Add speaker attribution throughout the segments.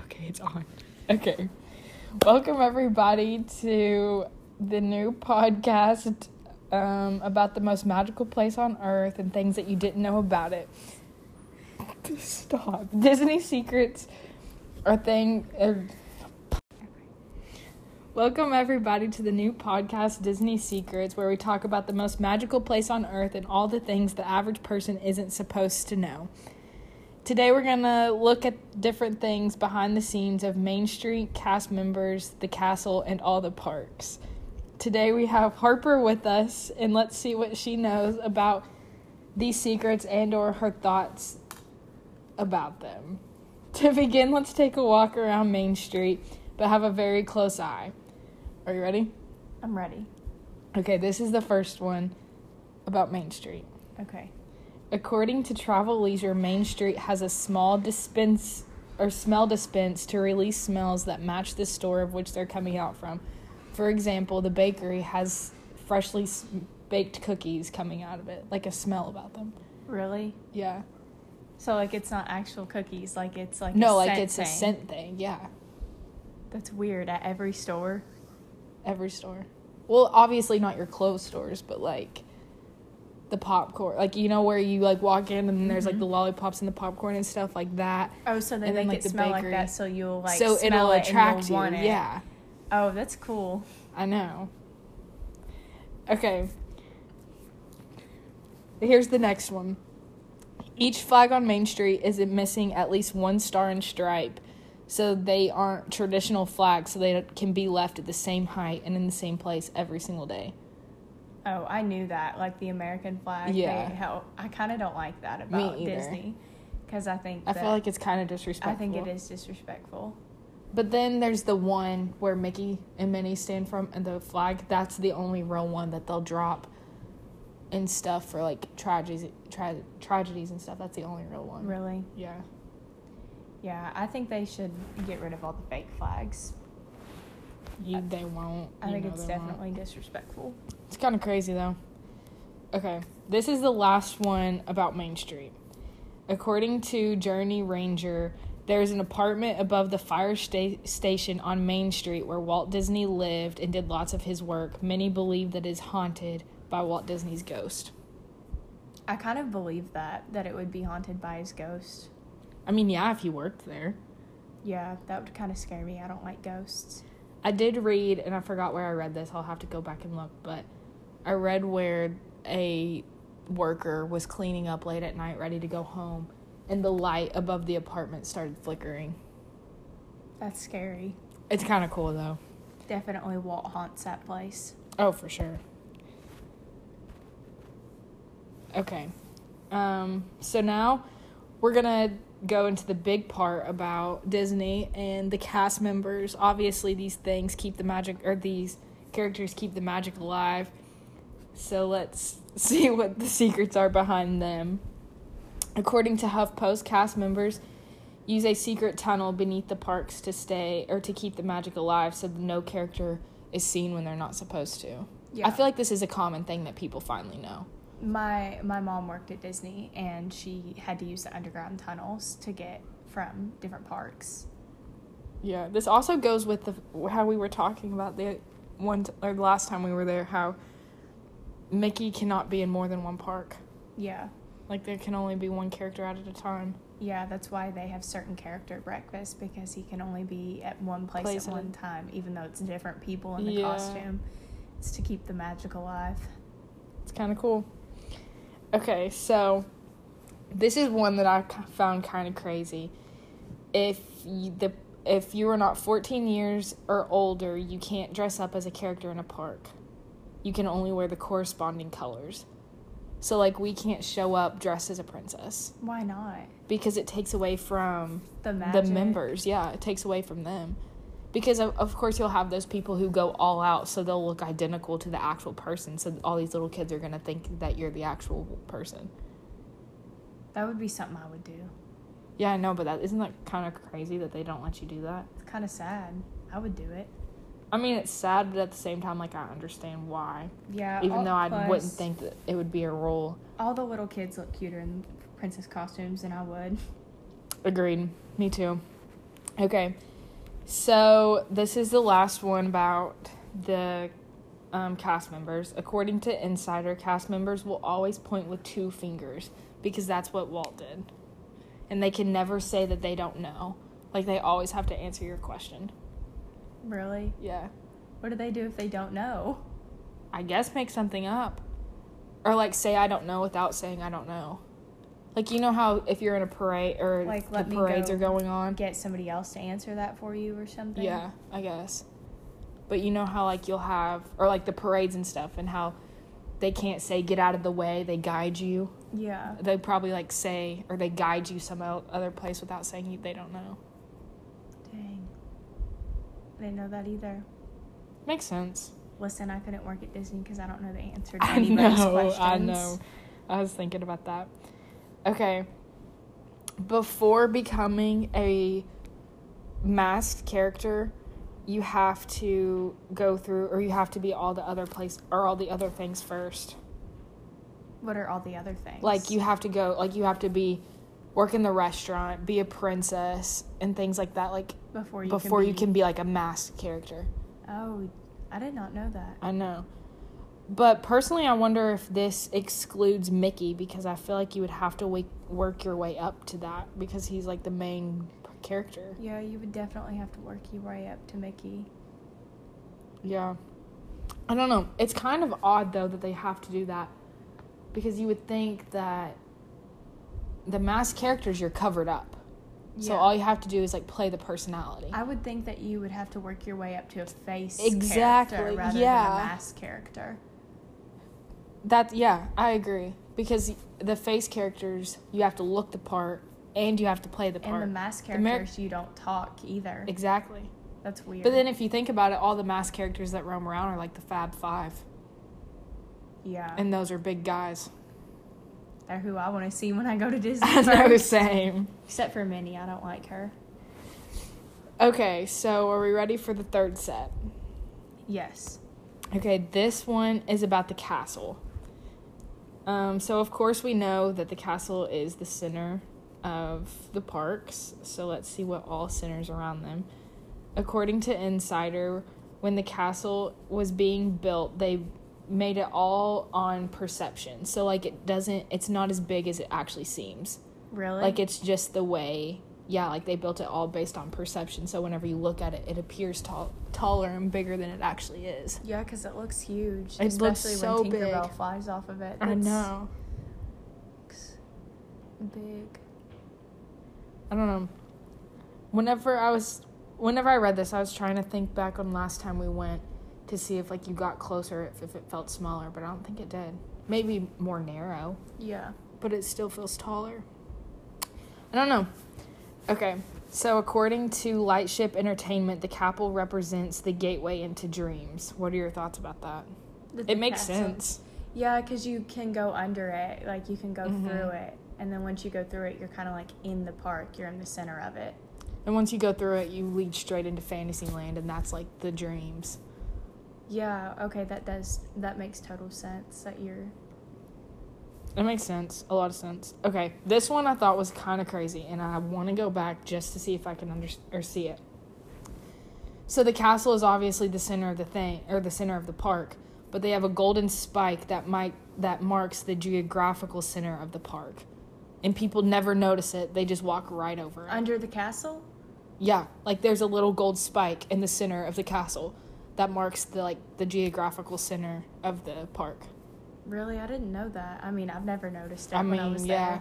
Speaker 1: Okay, it's on.
Speaker 2: Okay. Welcome, everybody, to the new podcast um, about the most magical place on earth and things that you didn't know about it. Stop. Disney secrets are thing. are- Welcome, everybody, to the new podcast, Disney Secrets, where we talk about the most magical place on earth and all the things the average person isn't supposed to know. Today we're going to look at different things behind the scenes of Main Street, cast members, the castle, and all the parks. Today we have Harper with us and let's see what she knows about these secrets and or her thoughts about them. To begin, let's take a walk around Main Street, but have a very close eye. Are you ready?
Speaker 1: I'm ready.
Speaker 2: Okay, this is the first one about Main Street.
Speaker 1: Okay.
Speaker 2: According to Travel Leisure, Main Street has a small dispense or smell dispense to release smells that match the store of which they're coming out from. For example, the bakery has freshly s- baked cookies coming out of it, like a smell about them.
Speaker 1: Really?
Speaker 2: Yeah.
Speaker 1: So like it's not actual cookies, like it's like
Speaker 2: no,
Speaker 1: a
Speaker 2: like
Speaker 1: scent
Speaker 2: it's a
Speaker 1: thing.
Speaker 2: scent thing. Yeah.
Speaker 1: That's weird at every store.
Speaker 2: Every store. Well, obviously not your clothes stores, but like the popcorn, like you know where you like walk in and there's
Speaker 1: Mm-hmm.
Speaker 2: like the lollipops and the popcorn and stuff like that.
Speaker 1: Oh, so they
Speaker 2: And then,
Speaker 1: make
Speaker 2: like,
Speaker 1: it
Speaker 2: the
Speaker 1: smell
Speaker 2: bakery.
Speaker 1: like that, so you'll like
Speaker 2: so
Speaker 1: smell
Speaker 2: it'll
Speaker 1: it and you'll
Speaker 2: attract you.
Speaker 1: want it.
Speaker 2: Yeah.
Speaker 1: Oh, that's cool.
Speaker 2: I know. Okay. Here's the next one. Each flag on Main Street is missing at least one star and stripe, so they aren't traditional flags, so they can be left at the same height and in the same place every single day.
Speaker 1: Oh, I knew that. Like the American flag.
Speaker 2: Yeah.
Speaker 1: They help. I kind of don't like that about
Speaker 2: either.
Speaker 1: Disney because I think
Speaker 2: I
Speaker 1: that,
Speaker 2: feel like it's kind of
Speaker 1: I
Speaker 2: disrespectful.
Speaker 1: think it is disrespectful.
Speaker 2: But then there's the one where Mickey and Minnie stand from and the flag. That's the only real one that they'll drop and stuff for like tragedies, tra- tragedies and stuff. That's the only real one.
Speaker 1: Really?
Speaker 2: Yeah.
Speaker 1: Yeah, I think they should get rid of all the fake flags.
Speaker 2: You, they won't.
Speaker 1: I
Speaker 2: You
Speaker 1: think
Speaker 2: know
Speaker 1: it's
Speaker 2: they won't.
Speaker 1: definitely disrespectful.
Speaker 2: It's kind of crazy though. Okay, this is the last one about Main Street. According to Journey Ranger, there's an apartment above the fire sta- station on Main Street where Walt Disney lived and did lots of his work. Many believe that is haunted by Walt Disney's ghost.
Speaker 1: I kind of believe that that it would be haunted by his ghost.
Speaker 2: I mean, yeah, if he worked there.
Speaker 1: Yeah, that would kind of scare me. I don't like ghosts.
Speaker 2: I did read, and I forgot where I read this. I'll have to go back and look, but I read where a worker was cleaning up late at night, ready to go home, and the light above the apartment started flickering.
Speaker 1: That's scary.
Speaker 2: It's kind of cool, though.
Speaker 1: Definitely Walt haunts that place.
Speaker 2: Oh, for sure. Okay. Um, so now we're going to go into the big part about Disney and the cast members. Obviously, these things keep the magic, or these characters keep the magic alive. So let's see what the secrets are behind them. According to HuffPost, cast members use a secret tunnel beneath the parks to stay or to keep the magic alive so that no character is seen when they're not supposed to. I
Speaker 1: Yeah.
Speaker 2: feel like this is a common thing that people finally know.
Speaker 1: My my mom worked at Disney and she had to use the underground tunnels to get from different parks.
Speaker 2: Yeah, this also goes with the how we were talking about the one t- or the last time we were there how Mickey cannot be in more than one park.
Speaker 1: Yeah.
Speaker 2: Like there can only be one character out at a time.
Speaker 1: Yeah, that's why they have certain character breakfast because he can only be at one place,
Speaker 2: Place at
Speaker 1: at
Speaker 2: a-
Speaker 1: one time, even though it's different people in the
Speaker 2: Yeah.
Speaker 1: costume. It's to keep the magic alive.
Speaker 2: It's kind of cool. Okay, so this is one that I k- found kind of crazy. If you, the if you are not 14 years or older, you can't dress up as a character in a park. You can only wear the corresponding colors. So like we can't show up dressed as a princess
Speaker 1: Why not?
Speaker 2: because it takes away from
Speaker 1: The
Speaker 2: the
Speaker 1: magic.
Speaker 2: members. Yeah, it takes away from them. Because of, of course you'll have those people who go all out, so they'll look identical to the actual person. So all these little kids are gonna think that you're the actual person.
Speaker 1: That would be something I would do.
Speaker 2: Yeah, I know, but that isn't that kind of crazy that they don't let you do that.
Speaker 1: It's kind of sad. I would do it.
Speaker 2: I mean, it's sad, but at the same time, like I understand why.
Speaker 1: Yeah.
Speaker 2: Even
Speaker 1: all-
Speaker 2: though I
Speaker 1: plus,
Speaker 2: wouldn't think that it would be a rule.
Speaker 1: all the little kids look cuter in princess costumes than I would.
Speaker 2: Agreed. Me too. Okay. So this is the last one about the um, cast members. According to Insider, cast members will always point with two fingers because that's what Walt did. And they can never say that they don't know. Like they always have to answer your question.
Speaker 1: Really?
Speaker 2: Yeah.
Speaker 1: What do they do if they don't know?
Speaker 2: I guess make something up. Or like say I don't know without saying I don't know. Like you know how if you're in a parade or
Speaker 1: Like,
Speaker 2: the
Speaker 1: let me
Speaker 2: parades
Speaker 1: go
Speaker 2: are going on.
Speaker 1: Get somebody else to answer that for you or something?
Speaker 2: Yeah, I guess. But you know how like you'll have or like the parades and stuff and how they can't say get out of the way, they guide you.
Speaker 1: Yeah.
Speaker 2: They probably like say or they guide you some o- other place without saying you, they don't know.
Speaker 1: Dang. I didn't know that either.
Speaker 2: Makes sense.
Speaker 1: Listen, I couldn't work at Disney because I don't know the answer to
Speaker 2: I
Speaker 1: anybody's
Speaker 2: know,
Speaker 1: questions.
Speaker 2: I know. I was thinking about that. Okay. Before becoming a masked character, you have to go through or you have to be all the other place or all the other things first.
Speaker 1: What are all the other things?
Speaker 2: like you have to go like you have to be work in the restaurant be a princess and things like that like
Speaker 1: before you
Speaker 2: before
Speaker 1: can
Speaker 2: you
Speaker 1: be-
Speaker 2: can be like a masked character
Speaker 1: Oh, I did not know that.
Speaker 2: i know but personally i wonder if this excludes mickey because i feel like you would have to wake, work your way up to that because he's like the main character
Speaker 1: Yeah, you would definitely have to work your way up to Mickey.
Speaker 2: yeah i don't know it's kind of odd though that they have to do that because you would think that the masked characters you're covered up so
Speaker 1: Yeah.
Speaker 2: all you have to do is like play the personality
Speaker 1: I would think that you would have to work your way up to a face
Speaker 2: Exactly,
Speaker 1: character rather
Speaker 2: yeah.
Speaker 1: than a mask character.
Speaker 2: That yeah, I agree because the face characters you have to look the part and you have to play the
Speaker 1: And
Speaker 2: part.
Speaker 1: the mask
Speaker 2: The mer-
Speaker 1: characters, you don't talk either.
Speaker 2: exactly.
Speaker 1: That's weird.
Speaker 2: But then if you think about it, all the mask characters that roam around are like the Fab Five,
Speaker 1: yeah,
Speaker 2: and those are big guys.
Speaker 1: they're who I want to see when I go to Disney.
Speaker 2: I know,
Speaker 1: first.
Speaker 2: same.
Speaker 1: Except for Minnie, I don't like her.
Speaker 2: Okay, so are we ready for the third set?
Speaker 1: Yes.
Speaker 2: Okay, this one is about the castle. Um, so, of course, we know that the castle is the center of the parks. So, let's see what all centers around them. According to Insider, when the castle was being built, they made it all on perception. So, like, it doesn't, it's not as big as it actually seems.
Speaker 1: Really?
Speaker 2: Like, it's just the way, yeah, like they built it all based on perception. So, whenever you look at it, it appears tall, taller and bigger than it actually is.
Speaker 1: yeah, because it looks huge.
Speaker 2: It looks
Speaker 1: especially
Speaker 2: so
Speaker 1: when
Speaker 2: big.
Speaker 1: Tinkerbell flies off of it.
Speaker 2: I
Speaker 1: That's-
Speaker 2: know.
Speaker 1: looks big.
Speaker 2: I don't know. Um, Whenever I was, whenever I read this, I was trying to think back on last time we went to see if like you got closer, if, if it felt smaller, but I don't think it did. Maybe more narrow,
Speaker 1: Yeah.
Speaker 2: but it still feels taller. I don't know. Okay, so according to Lightship Entertainment, the capital represents the gateway into dreams. What are your thoughts about that?
Speaker 1: The
Speaker 2: It makes
Speaker 1: castle.
Speaker 2: sense.
Speaker 1: Yeah, because you can go under it, like you can go
Speaker 2: Mhm.
Speaker 1: through it, and then once you go through it, you're kind of like in the park. You're in the center of it.
Speaker 2: And once you go through it, you lead straight into Fantasyland, and that's like the dreams.
Speaker 1: Yeah. Okay. That does. That makes total sense. That you're.
Speaker 2: That makes sense. A lot of sense. Okay, this one I thought was kind of crazy, and I want to go back just to see if I can under or see it. So the castle is obviously the center of the thing or the center of the park, but they have a golden spike that might that marks the geographical center of the park, and people never notice it. They just walk right over it.
Speaker 1: Under the castle?
Speaker 2: yeah, like there's a little gold spike in the center of the castle that marks the like the geographical center of the park.
Speaker 1: Really? I didn't know that. I mean, I've never noticed it
Speaker 2: I
Speaker 1: when
Speaker 2: mean,
Speaker 1: I was
Speaker 2: yeah.
Speaker 1: there.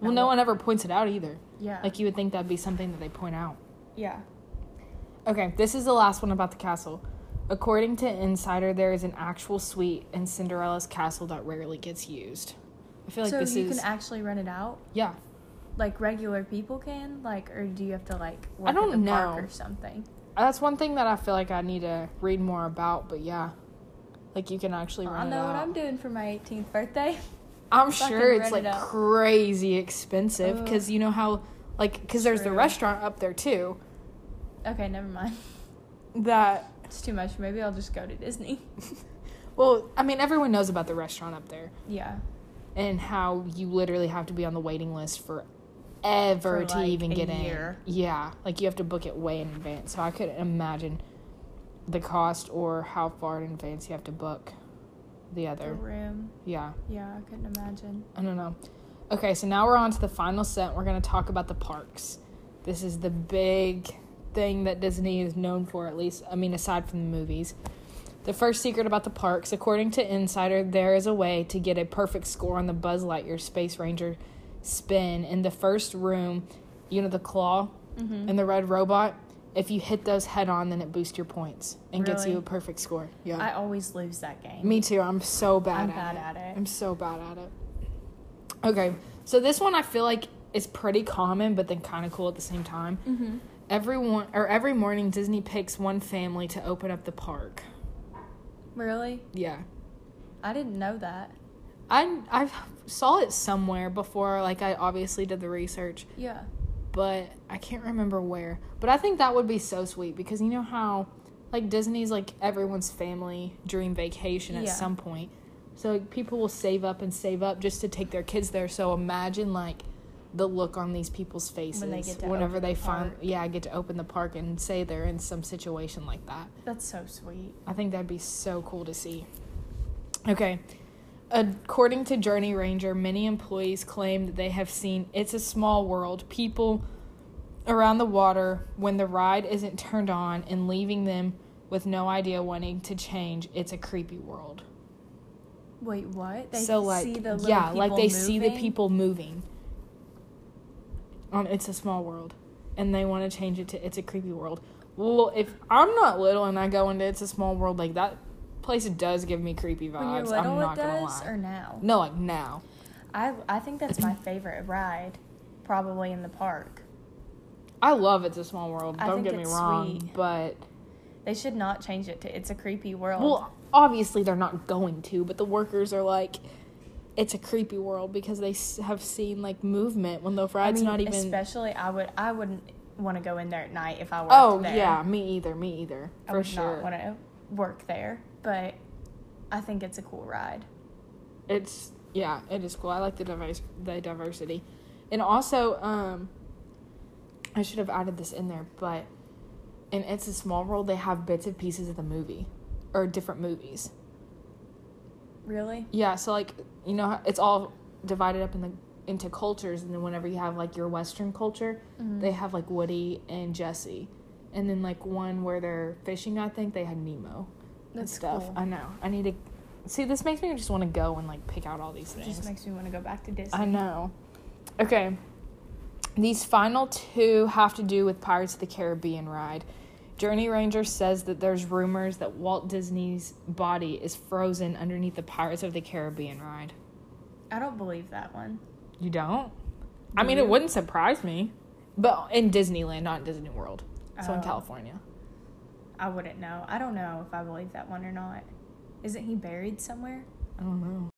Speaker 2: Well,
Speaker 1: And
Speaker 2: no
Speaker 1: what-
Speaker 2: one ever points it out either.
Speaker 1: Yeah.
Speaker 2: Like you would think that'd be something that they point out.
Speaker 1: yeah.
Speaker 2: Okay, this is the last one about the castle. According to Insider, there is an actual suite in Cinderella's castle that rarely gets used. I feel like
Speaker 1: so
Speaker 2: this
Speaker 1: you
Speaker 2: is
Speaker 1: can actually rent it out,
Speaker 2: yeah.
Speaker 1: like regular people can, like, or do you have to like work
Speaker 2: don't
Speaker 1: at the park
Speaker 2: know.
Speaker 1: or something?
Speaker 2: That's one thing that I feel like I need to read more about. But yeah, like you can actually rent
Speaker 1: I know
Speaker 2: it out.
Speaker 1: what I'm doing for my 18th birthday.
Speaker 2: I'm
Speaker 1: Fucking
Speaker 2: sure it's
Speaker 1: rent
Speaker 2: like
Speaker 1: it out.
Speaker 2: crazy expensive
Speaker 1: Ugh.
Speaker 2: because you know how like because there's the
Speaker 1: True.
Speaker 2: restaurant up there too
Speaker 1: Okay, never mind.
Speaker 2: that
Speaker 1: It's too much. Maybe I'll just go to Disney.
Speaker 2: well I mean everyone knows about the restaurant up there.
Speaker 1: Yeah.
Speaker 2: and how you literally have to be on the waiting list for forever
Speaker 1: For,
Speaker 2: to
Speaker 1: like,
Speaker 2: even
Speaker 1: a
Speaker 2: get
Speaker 1: year.
Speaker 2: in. Yeah, like you have to book it way in advance. So I couldn't imagine the cost or how far in advance you have to book the
Speaker 1: The
Speaker 2: other.
Speaker 1: room.
Speaker 2: Yeah,
Speaker 1: Yeah, I couldn't imagine.
Speaker 2: I don't know. Okay, so now we're on to the final set. We're going to talk about the parks. This is the big thing that Disney is known for, at least, I mean, aside from the movies. The first secret about the parks, according to Insider, there is a way to get a perfect score on the Buzz Lightyear Space Ranger spin in the first room. You know the claw and the red robot. If you hit those head on, then it boosts your points and gets you
Speaker 1: Really?
Speaker 2: a perfect score. Yeah,
Speaker 1: I always lose that game.
Speaker 2: me too. I'm so bad
Speaker 1: I'm
Speaker 2: at
Speaker 1: bad
Speaker 2: it.
Speaker 1: at it.
Speaker 2: I'm so bad at it. Okay, so this one I feel like is pretty common, but then kind of cool at the same time.
Speaker 1: Mm-hmm.
Speaker 2: Every one or every morning, Disney picks one family to open up the park.
Speaker 1: Really?
Speaker 2: Yeah,
Speaker 1: I didn't know that.
Speaker 2: I I saw it somewhere before. Like I obviously did the research,
Speaker 1: Yeah.
Speaker 2: but I can't remember where. But I think that would be so sweet because you know how like Disney's like everyone's family dream vacation at
Speaker 1: Yeah.
Speaker 2: some point. So like, people will save up and save up just to take their kids there. So imagine like the look on these people's faces
Speaker 1: get to
Speaker 2: whenever
Speaker 1: open
Speaker 2: they
Speaker 1: the
Speaker 2: find
Speaker 1: park.
Speaker 2: yeah, get to open the park and say they're in some situation like that.
Speaker 1: That's so sweet.
Speaker 2: I think that'd be so cool to see. Okay. According to Journey Ranger, many employees claim that they have seen It's a Small World people around the water when the ride isn't turned on and leaving them with no idea wanting to change. It's a creepy world.
Speaker 1: Wait, what? They
Speaker 2: so like
Speaker 1: see the little
Speaker 2: yeah, like they
Speaker 1: people
Speaker 2: see the
Speaker 1: moving?
Speaker 2: people moving on It's a Small World and they want to change it to It's a Creepy World. Well, if I'm not little and I go into It's a Small World like that place does give me creepy vibes.
Speaker 1: When you're
Speaker 2: I'm
Speaker 1: little,
Speaker 2: not
Speaker 1: it
Speaker 2: gonna
Speaker 1: does,
Speaker 2: lie.
Speaker 1: or now?
Speaker 2: no, like now.
Speaker 1: I I think that's my favorite ride, probably in the park.
Speaker 2: I love It's a Small World.
Speaker 1: I
Speaker 2: Don't
Speaker 1: think
Speaker 2: get me
Speaker 1: it's
Speaker 2: wrong,
Speaker 1: sweet.
Speaker 2: but
Speaker 1: They should not change it to "It's a Creepy World."
Speaker 2: well, obviously they're not going to, but the workers are like it's a creepy world because they s- have seen like movement when the
Speaker 1: I
Speaker 2: ride's
Speaker 1: mean,
Speaker 2: not even
Speaker 1: Especially, I would I wouldn't want to go in there at night if I worked
Speaker 2: Oh
Speaker 1: there.
Speaker 2: yeah, me either, me either,
Speaker 1: I
Speaker 2: for
Speaker 1: would
Speaker 2: sure.
Speaker 1: not want to work there, but I think it's a cool ride.
Speaker 2: It's yeah, it is cool. I like the diverse the diversity, and also um, I should have added this in there, but in It's a Small World they have bits and pieces of the movie, or different movies.
Speaker 1: Really?
Speaker 2: Yeah, so like you know, how- it's all divided up in the into cultures, and then whenever you have like your Western culture, they have like Woody and Jesse, and then like one where they're fishing. I think they had Nemo and
Speaker 1: That's
Speaker 2: stuff.
Speaker 1: cool.
Speaker 2: I know. I need to see. This makes me just want to go and like pick out all these
Speaker 1: It
Speaker 2: things.
Speaker 1: just makes me want to go back to Disney.
Speaker 2: I know. Okay. These final two have to do with Pirates of the Caribbean ride. Journey Ranger says that there's rumors that Walt Disney's body is frozen underneath the Pirates of the Caribbean ride.
Speaker 1: I don't believe that one.
Speaker 2: You don't? I mean, it wouldn't surprise me. But in Disneyland, not Disney World. So in
Speaker 1: Oh.
Speaker 2: California.
Speaker 1: I wouldn't know. I don't know if I believe that one or not. Isn't he buried somewhere?
Speaker 2: I don't know.